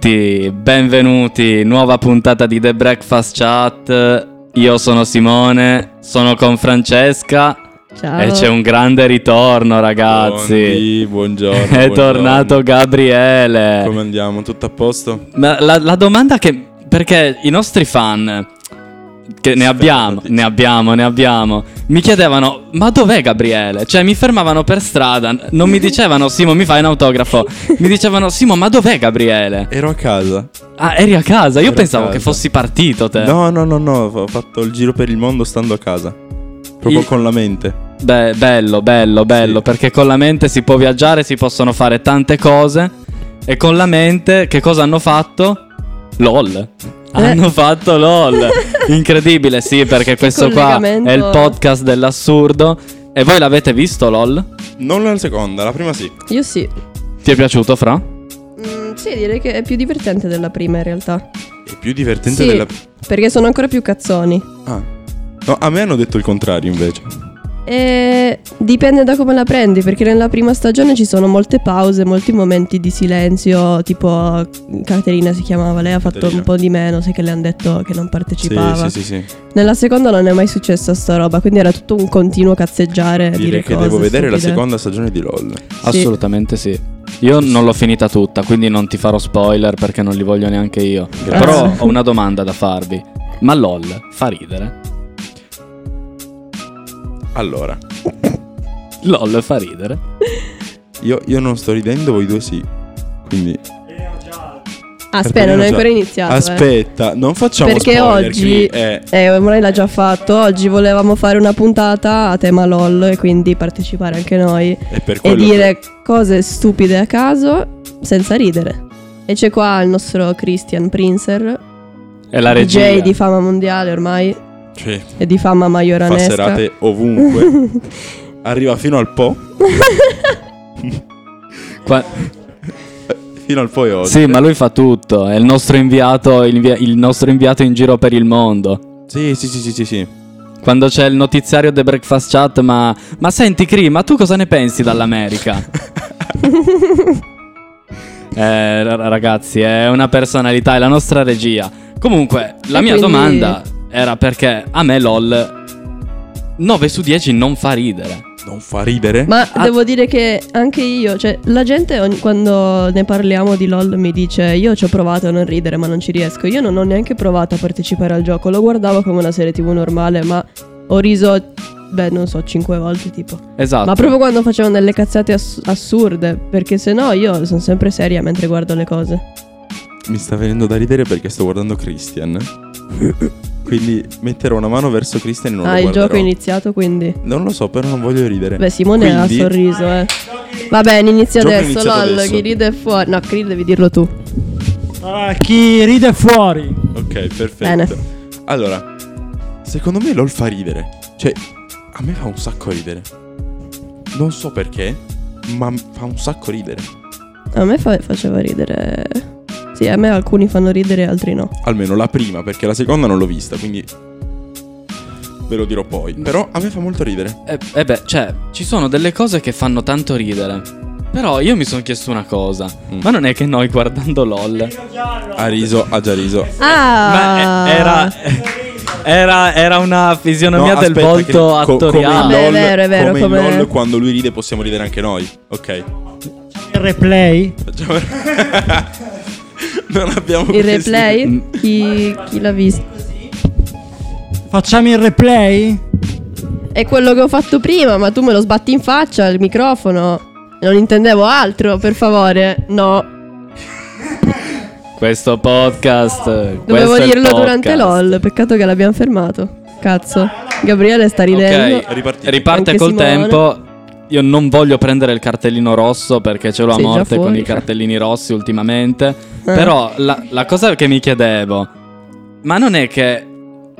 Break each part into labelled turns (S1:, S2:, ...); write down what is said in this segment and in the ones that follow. S1: tutti, benvenuti, nuova puntata di The Breakfast Chat. Io sono Simone, sono con Francesca
S2: Ciao.
S3: Eh,
S1: e c'è un grande ritorno, ragazzi.
S3: Buondì, buongiorno.
S1: È
S3: buongiorno.
S1: tornato Gabriele.
S3: Come andiamo? Tutto a posto?
S1: Ma la, la domanda che... Perché i nostri fan, che ne abbiamo,
S3: Sperati.
S1: ne abbiamo, ne abbiamo, mi chiedevano, ma dov'è Gabriele? Cioè mi fermavano per strada, n- non mi dicevano, Simo mi fai un autografo, mi dicevano, Simo ma dov'è Gabriele?
S3: Ero a casa.
S1: Ah, eri a casa, io
S3: Ero a
S1: pensavo
S3: casa.
S1: che fossi partito te.
S3: No, no, no, no. Ho fatto il giro per il mondo stando a casa. Proprio
S1: Il-
S3: con la mente.
S1: Beh, bello, bello, bello,
S3: Sì.
S1: perché con la mente si può viaggiare, si possono fare tante cose e con la mente che cosa hanno fatto?
S2: Eh.
S1: LOL. Hanno fatto LOL. Incredibile, sì, perché questo qua è il
S2: Collegamento.
S1: podcast dell'assurdo e voi l'avete visto LOL?
S3: Non la seconda, la prima sì.
S2: Io sì.
S1: Ti è piaciuto Fra?
S2: Mm, sì, direi che è più divertente della prima in realtà.
S3: È più divertente
S2: Sì.
S3: della.
S2: Perché sono ancora più cazzoni.
S3: Ah. No, a me hanno detto il contrario invece.
S2: E dipende da come la prendi, perché nella prima stagione ci sono molte pause, molti momenti di silenzio, tipo Caterina si chiamava, lei ha fatto
S3: Caterina.
S2: un po' di meno, sai che le hanno detto che non partecipava.
S3: Sì, sì, sì, sì.
S2: Nella seconda non è mai successa sta roba, quindi era tutto un continuo cazzeggiare.
S3: Direi
S2: dire
S3: che
S2: cose
S3: devo vedere la
S2: stupide.
S3: seconda stagione di LOL.
S2: Sì.
S1: Assolutamente sì. Io non l'ho finita tutta, quindi non ti farò spoiler perché non li voglio neanche io.
S3: Grazie.
S1: Però ho una domanda da farvi. Ma LOL fa ridere?
S3: Allora,
S1: LOL fa ridere?
S3: io, io non sto ridendo, voi due sì. Quindi.
S2: Ah, Aspetta, non è
S3: Caterina
S2: ancora
S3: già-
S2: iniziato. eh.
S3: Aspetta, non facciamo
S2: Perché
S3: spoiler
S2: oggi-
S3: qui, eh.
S2: Eh, Morelli l'ha già fatto. Oggi volevamo fare una puntata a tema LOL e quindi partecipare anche noi
S3: È per
S2: e
S3: quello che-
S2: dire cose stupide a caso senza ridere. E c'è qua il nostro Christian Prinzer,
S1: È la regia.
S2: DJ di fama mondiale ormai
S3: Cioè,
S2: e di fama
S3: fa
S2: maioranesca.
S3: serate ovunque. Arriva fino al Po.
S1: Qua-
S3: Fino al Po e oltre.
S1: Sì, ma lui fa tutto. È il nostro inviato, il, via- il nostro inviato in giro per il mondo.
S3: Sì, sì, sì, sì, sì, sì.
S1: Quando c'è il notiziario The Breakfast Chat, ma. Ma senti, Cri, ma tu cosa ne pensi dall'America? eh, ra- ragazzi, è una personalità, è la nostra regia. Comunque, la
S2: E
S1: mia
S2: quindi-
S1: domanda era perché a me LOL 9 su 10 non fa ridere.
S3: Non fa ridere.
S2: Ma
S1: Ah.
S2: devo dire che anche io, cioè la gente ogni- quando ne parliamo di LOL mi dice io ci ho provato a non ridere ma non ci riesco, io non ho neanche provato a partecipare al gioco, lo guardavo come una serie tv normale ma ho riso, beh non so, cinque volte tipo.
S3: Ah.
S1: Esatto.
S2: Ma proprio quando facevano delle cazzate ass- assurde, perché se no io sono sempre seria mentre guardo le cose.
S3: Mi sta venendo da ridere perché sto guardando Christian. Quindi metterò una mano verso Christian e non
S2: ah,
S3: lo
S2: il
S3: guarderò.
S2: gioco è iniziato quindi.
S3: Non lo so, però non voglio ridere.
S2: Beh, Simone ha
S3: Quindi-
S2: sorriso, eh. Va bene, inizia
S3: Gioco è
S2: adesso,
S3: iniziato
S2: LOL,
S3: adesso.
S2: chi ride è fuori. No, chi ride devi dirlo tu.
S4: Ah, chi ride fuori.
S3: Ok, perfetto.
S2: Bene.
S3: Allora, secondo me LOL fa ridere. Cioè, a me fa un sacco ridere. Non so perché, ma fa un sacco ridere.
S2: A me fa- faceva ridere. Sì, a me alcuni fanno ridere, altri no.
S3: Almeno la prima, perché la seconda non l'ho vista, quindi... Ve lo dirò poi.
S1: Mm.
S3: Però a me fa molto ridere.
S1: E, e beh, cioè, ci sono delle cose che fanno tanto ridere. Però io mi sono chiesto una cosa.
S3: Mm.
S1: Ma non è che noi guardando LOL...
S3: Ha riso, ha già riso.
S2: Ah!
S1: Ma eh, era, era, era una fisionomia
S3: No,
S1: del
S3: aspetta,
S1: volto
S3: che- co-
S1: attoriale.
S3: Come in
S2: Vabbè, è
S3: LOL,
S2: vero, è vero,
S3: come in
S2: come-
S3: LOL, quando lui ride possiamo ridere anche noi. Ok.
S4: Il replay.
S3: Facciamo... non abbiamo
S2: Il
S3: questi-
S2: replay?
S1: Mm.
S2: Chi, chi l'ha visto?
S4: Facciamo il replay?
S2: È quello che ho fatto prima, ma tu me lo sbatti in faccia il microfono. Non intendevo altro, per favore. No.
S1: Questo podcast.
S2: Dovevo
S1: questo è il
S2: dirlo durante
S1: podcast.
S2: LOL. Peccato che l'abbiamo fermato. Cazzo. Gabriele sta ridendo.
S1: Ok,
S3: Ripartite.
S1: riparte
S2: Anche
S1: col
S2: Simone.
S1: tempo. Io non voglio prendere il cartellino rosso perché ce l'ho a
S2: Sei già
S1: morte con
S2: fuori.
S1: i cartellini rossi ultimamente.
S2: Eh.
S1: Però la, la cosa che mi chiedevo, ma non è che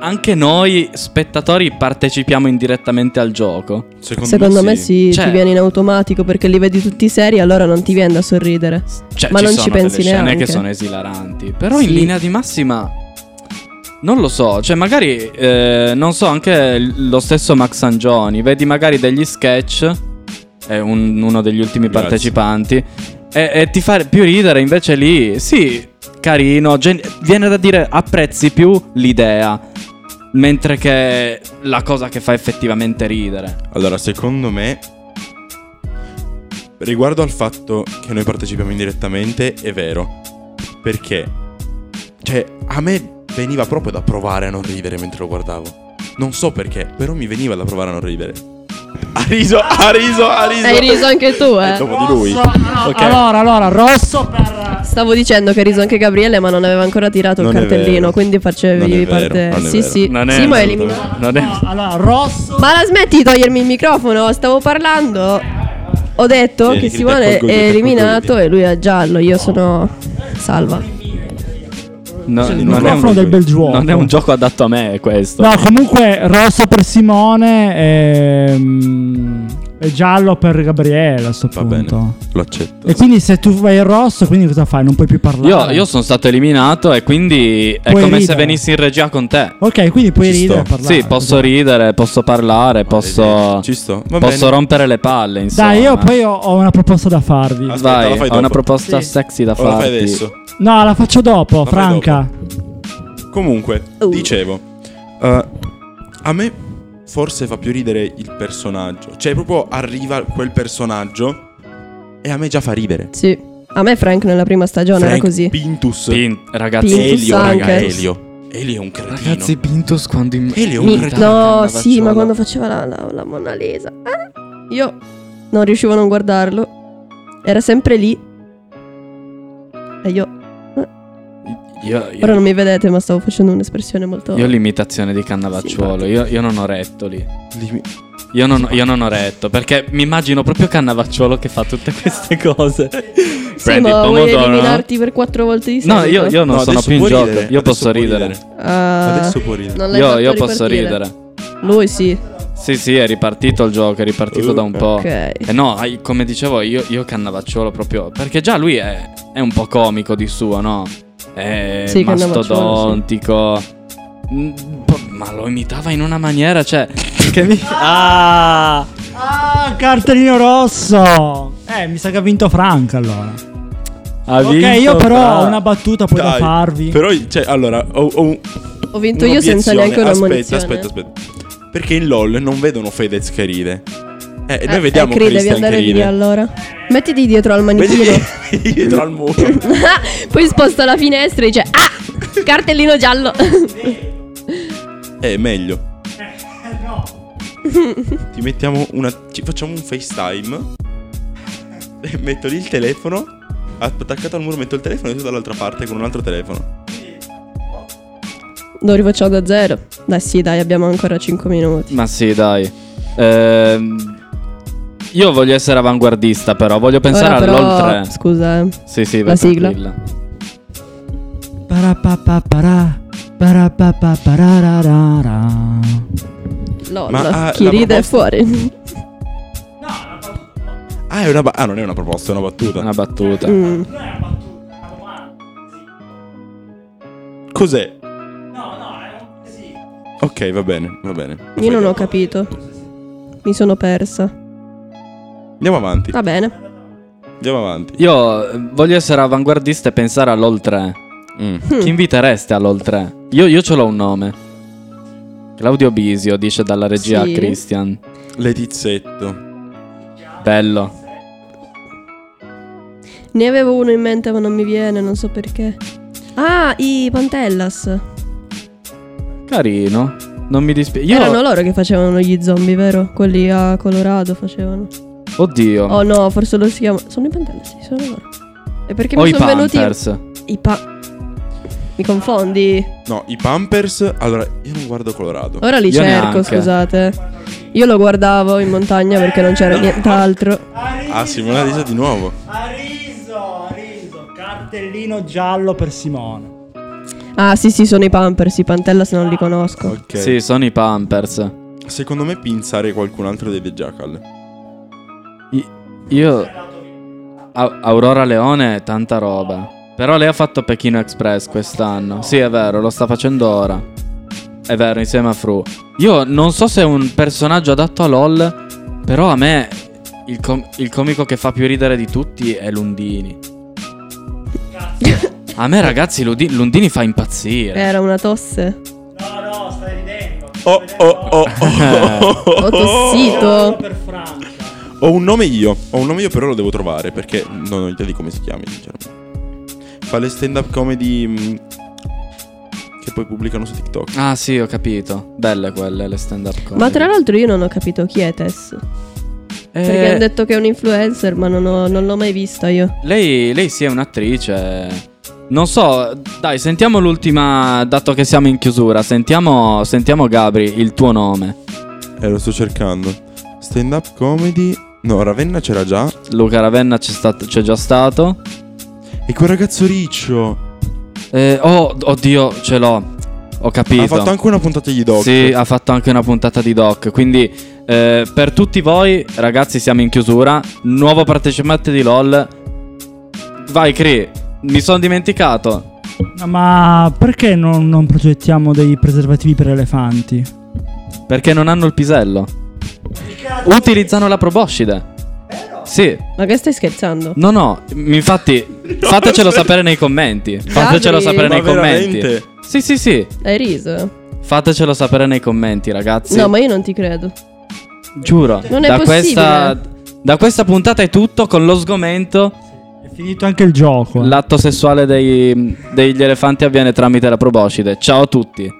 S1: anche noi spettatori partecipiamo indirettamente al gioco?
S3: Secondo,
S2: Secondo me
S3: sì.
S2: sì,
S1: Cioè-
S2: ti viene in automatico perché li vedi tutti seri, allora non ti viene da sorridere.
S1: Cioè,
S2: Ma non
S1: sono
S2: ci
S1: delle
S2: pensi
S1: scene
S2: neanche.
S1: che sono esilaranti. Però in
S2: Sì.
S1: linea di massima. Non lo so, cioè magari, eh, non so, anche l- lo stesso Max Angioni, vedi magari degli sketch, è un- uno degli ultimi
S3: Grazie.
S1: partecipanti, E, e ti fa più ridere invece lì. Sì, carino. gen- viene da dire apprezzi più l'idea. Mentre che la cosa che fa effettivamente ridere.
S3: Allora, secondo me, riguardo al fatto che noi partecipiamo indirettamente, è vero. Perché? Cioè, a me veniva proprio da provare a non ridere mentre lo guardavo. Non so perché, però mi veniva da provare a non ridere. Ha riso, ha riso, ha riso.
S2: Hai riso anche tu,
S3: E
S2: eh.
S3: dopo di lui.
S4: Rosso, no,
S3: Ok.
S4: Allora, allora, rosso per...
S2: Stavo dicendo che ha riso anche Gabriele, ma non aveva ancora tirato
S3: Non
S2: il
S3: è vero.
S2: cartellino, quindi
S3: Non è
S2: facevi
S3: vero,
S2: parte.
S3: non è
S2: sì,
S3: vero.
S2: sì.
S1: Non è
S2: sì, ma
S1: assolutamente.
S2: eliminato.
S1: Non è-
S4: No, allora, rosso...
S2: Ma la smetti di togliermi il microfono? Stavo parlando. Ho detto
S3: Sì,
S2: che
S3: sì,
S2: Simone
S3: d'accordo,
S2: è
S3: d'accordo,
S2: eliminato
S3: d'accordo.
S2: e lui è giallo. Io sono salva.
S1: No,
S4: il
S1: non, è
S4: microfono
S1: un,
S4: del bel gioco.
S1: non è un gioco adatto a me questo.
S4: No, comunque rosso per Simone ehm, e giallo per Gabriele a sto
S3: Va
S4: punto.
S3: bene, lo accetto.
S4: E quindi se tu vai in rosso, quindi cosa fai? Non puoi più
S1: Io,
S4: parlare.
S1: io sono stato eliminato e quindi è
S4: Puoi
S1: come se
S4: ridere.
S1: venissi in regia con te.
S4: Ok, quindi puoi
S3: Ci
S4: ridere e
S3: sto.
S4: parlare.
S1: sì, posso
S4: Così.
S1: ridere, posso parlare, posso,
S3: Ci sto. Va
S1: posso
S3: bene.
S1: rompere le palle. Insomma.
S4: Dai, io poi ho, ho una proposta da farvi.
S3: Aspetta, la
S1: Vai,
S3: fai
S1: ho una
S3: dopo.
S1: proposta
S4: Sì.
S1: sexy da
S3: O la fai
S1: farti.
S3: adesso.
S4: No, la faccio dopo,
S3: fai
S4: Franca.
S3: Comunque,
S2: Uh.
S3: dicevo, eh, a me forse fa più ridere il personaggio. Cioè, proprio arriva quel personaggio e a me già fa ridere.
S2: Sì. A me Frank nella prima stagione
S3: Frank
S2: era così.
S3: Pintus.
S1: Pin- ragazzi,
S2: Pintus
S3: Elio, raga,
S2: anche.
S3: Elio. Elio è un cretino.
S1: Ragazzi, Pintus quando in
S3: Elio è un
S2: Mi-
S3: cretino.
S2: no,
S1: Andava
S2: sì,
S1: sola.
S2: ma quando faceva la, la- la Mona Lisa. Ah, io non riuscivo a non guardarlo. Era sempre lì. E io.
S1: Io,
S2: Ora
S1: io,
S2: non mi vedete, ma stavo facendo un'espressione molto.
S1: io ho l'imitazione di Cannavacciuolo. Io, io non ho retto lì.
S3: Dimmi-
S1: Io non, io non ho retto perché mi immagino proprio Cannavacciuolo che fa tutte queste cose.
S2: sì, ma vuoi eliminarti per quattro volte di seguito?
S1: No, io, io non
S3: No,
S1: sono
S3: adesso
S1: più in
S3: può
S1: gioco. Io
S3: ridere, adesso
S1: posso
S3: può
S1: ridere.
S2: Ah,
S3: Adesso può ridere.
S2: non l'hai
S1: Io,
S2: fatto
S1: io posso
S2: ripartire.
S1: ridere.
S2: Lui sì.
S1: Sì, sì, è ripartito il gioco. È ripartito da un po'.
S2: Ok.
S1: Eh no, ai- come dicevo io, io Cannavacciolo proprio. Perché già lui è, è un po' comico di suo, no? È
S2: Sì, Cannavacciuolo,
S1: mastodontico. Mm, po- Ma lo imitava in una maniera, cioè. che mi- Ah!
S4: Ah, cartellino rosso. Eh, mi sa che ha vinto Franca allora.
S1: Ha
S4: ok, io
S1: vinto,
S4: però
S1: bravo.
S4: ho una battuta poi da
S3: Dai,
S4: farvi.
S3: Però, cioè, allora, ho, ho un-
S2: Ho vinto io senza
S3: un'obiezione.
S2: neanche una
S3: Aspetta,
S2: munizione.
S3: aspetta, aspetta. Perché in LOL non vedono Fedez che ride. Eh,
S2: Eh,
S3: noi vediamo
S2: eh, Cri, devi
S3: Christian che
S2: andare lì
S3: ride.
S2: allora. Mettiti dietro al manichino.
S3: Vedi dietro al muro.
S2: Poi sposta la finestra e dice Ah! Cartellino giallo.
S3: Eh, meglio. Eh, Ti mettiamo una. Ci facciamo un FaceTime. E metto lì il telefono. Attaccato al muro metto il telefono e tu dall'altra parte con un altro telefono.
S2: Lo rifacciamo da zero. Dai, sì, dai, abbiamo ancora 5 minuti.
S1: Ma sì, dai. Ehm, io voglio essere avanguardista, però. Voglio pensare
S2: Ora però,
S1: all'oltre.
S2: Scusa, eh.
S1: Sì, sì,
S2: la
S1: vai,
S2: sigla.
S1: tranquilla.
S4: Parapapapara, parapapapararara.
S2: LOL.
S3: Ma, ah,
S2: Chi
S3: la
S2: ride è
S3: proposta-
S2: fuori.
S3: Ah, è una. ba- ah, non è una proposta, è una battuta.
S1: Una battuta.
S2: Mm.
S3: Cos'è? No, no, Ok, va bene, va bene.
S2: Io non ho capito. Mi sono persa.
S3: Andiamo avanti.
S2: Va bene.
S3: Andiamo avanti.
S1: Io eh, voglio essere avanguardista e pensare all'oltre.
S3: Mm.
S2: Mm.
S1: Chi invitereste all'oltre? Io, io ce l'ho un nome. Claudio Bisio dice dalla regia
S2: Sì.
S1: a Christian.
S3: Letizzetto.
S1: Bello.
S2: Ne avevo uno in mente, ma non mi viene, non so perché. Ah, i Pantellas.
S1: Carino. Non mi dispiace. Io...
S2: Erano loro che facevano gli zombie, vero? Quelli a Colorado facevano.
S1: Oddio.
S2: Oh no, forse lo si chiama. Sono i Pantellas, sì, sono loro. E perché
S1: Ho
S2: mi
S1: Oh, i
S2: sono venuti.
S1: Panthers.
S2: I pa- Mi confondi.
S3: No, i Pampers. Allora, io non guardo Colorado.
S2: Ora li
S1: Io
S2: cerco,
S1: neanche.
S2: scusate. Io lo guardavo in montagna perché non c'era nient'altro.
S3: Ah, Simone ha riso di nuovo.
S4: Ha riso, ha riso. Cartellino giallo per Simone.
S2: Ah, sì, sì, sono i Pampers, i Pantellas non li conosco.
S3: Ok.
S1: Sì, sono i Pampers.
S3: Secondo me pinzare qualcun altro dei The Jackal.
S1: I- Io. A- Aurora Leone, tanta roba. Però lei ha fatto Pechino Express quest'anno. Sì, è vero, lo sta facendo ora. È vero, insieme a Fru. Io non so se è un personaggio adatto a LOL. Però a me. il, com- il comico che fa più ridere di tutti è Lundini. A me, ragazzi, Ludi- Lundini fa impazzire.
S2: Era una tosse.
S4: No, no, stai ridendo.
S3: Oh, oh, oh, oh, oh,
S2: Ho tossito.
S4: per Francia.
S3: Ho un nome io. Ho un nome io, però lo devo trovare perché non ho idea di come si chiami. Sinceramente. Fa le stand up comedy mh, che poi pubblicano su TikTok.
S1: Ah, sì, ho capito. Belle quelle, le stand-up comedy.
S2: Ma tra l'altro io non ho capito chi è Tess.
S1: Eh,
S2: Perché hanno detto che è un influencer, ma non, ho- non l'ho mai vista io.
S1: Lei, lei sì è un'attrice. Non so, dai, sentiamo l'ultima, dato che siamo in chiusura, sentiamo, sentiamo Gabri, il tuo nome.
S3: Eh, lo sto cercando. Stand up comedy. No, Ravenna c'era già.
S1: Luca Ravenna c'è, stat- c'è già stato.
S3: E quel ragazzo riccio.
S1: Eh, oh, oddio, ce l'ho. Ho capito.
S3: Ha fatto anche una puntata di doc.
S1: Sì, ha fatto anche una puntata di doc. Quindi, eh, per tutti voi, ragazzi, siamo in chiusura. Nuovo partecipante di LOL. Vai, Cree. Mi sono dimenticato.
S4: Ma perché non, non progettiamo dei preservativi per elefanti?
S1: Perché non hanno il pisello. Utilizzano la proboscide. Sì,
S2: Ma che stai scherzando?
S1: no, no. Infatti, fatecelo sapere nei commenti. Fatecelo sapere
S3: Ma
S1: nei commenti.
S3: veramente?
S1: Sì, sì, sì.
S2: Hai riso?
S1: Fatecelo sapere nei commenti, ragazzi.
S2: No, ma io non ti credo.
S1: Giuro.
S2: Non è
S1: da
S2: possibile.
S1: questa, da questa puntata è tutto con lo sgomento.
S4: È finito anche il gioco. eh.
S1: L'atto sessuale dei- degli elefanti avviene tramite la proboscide. Ciao a tutti.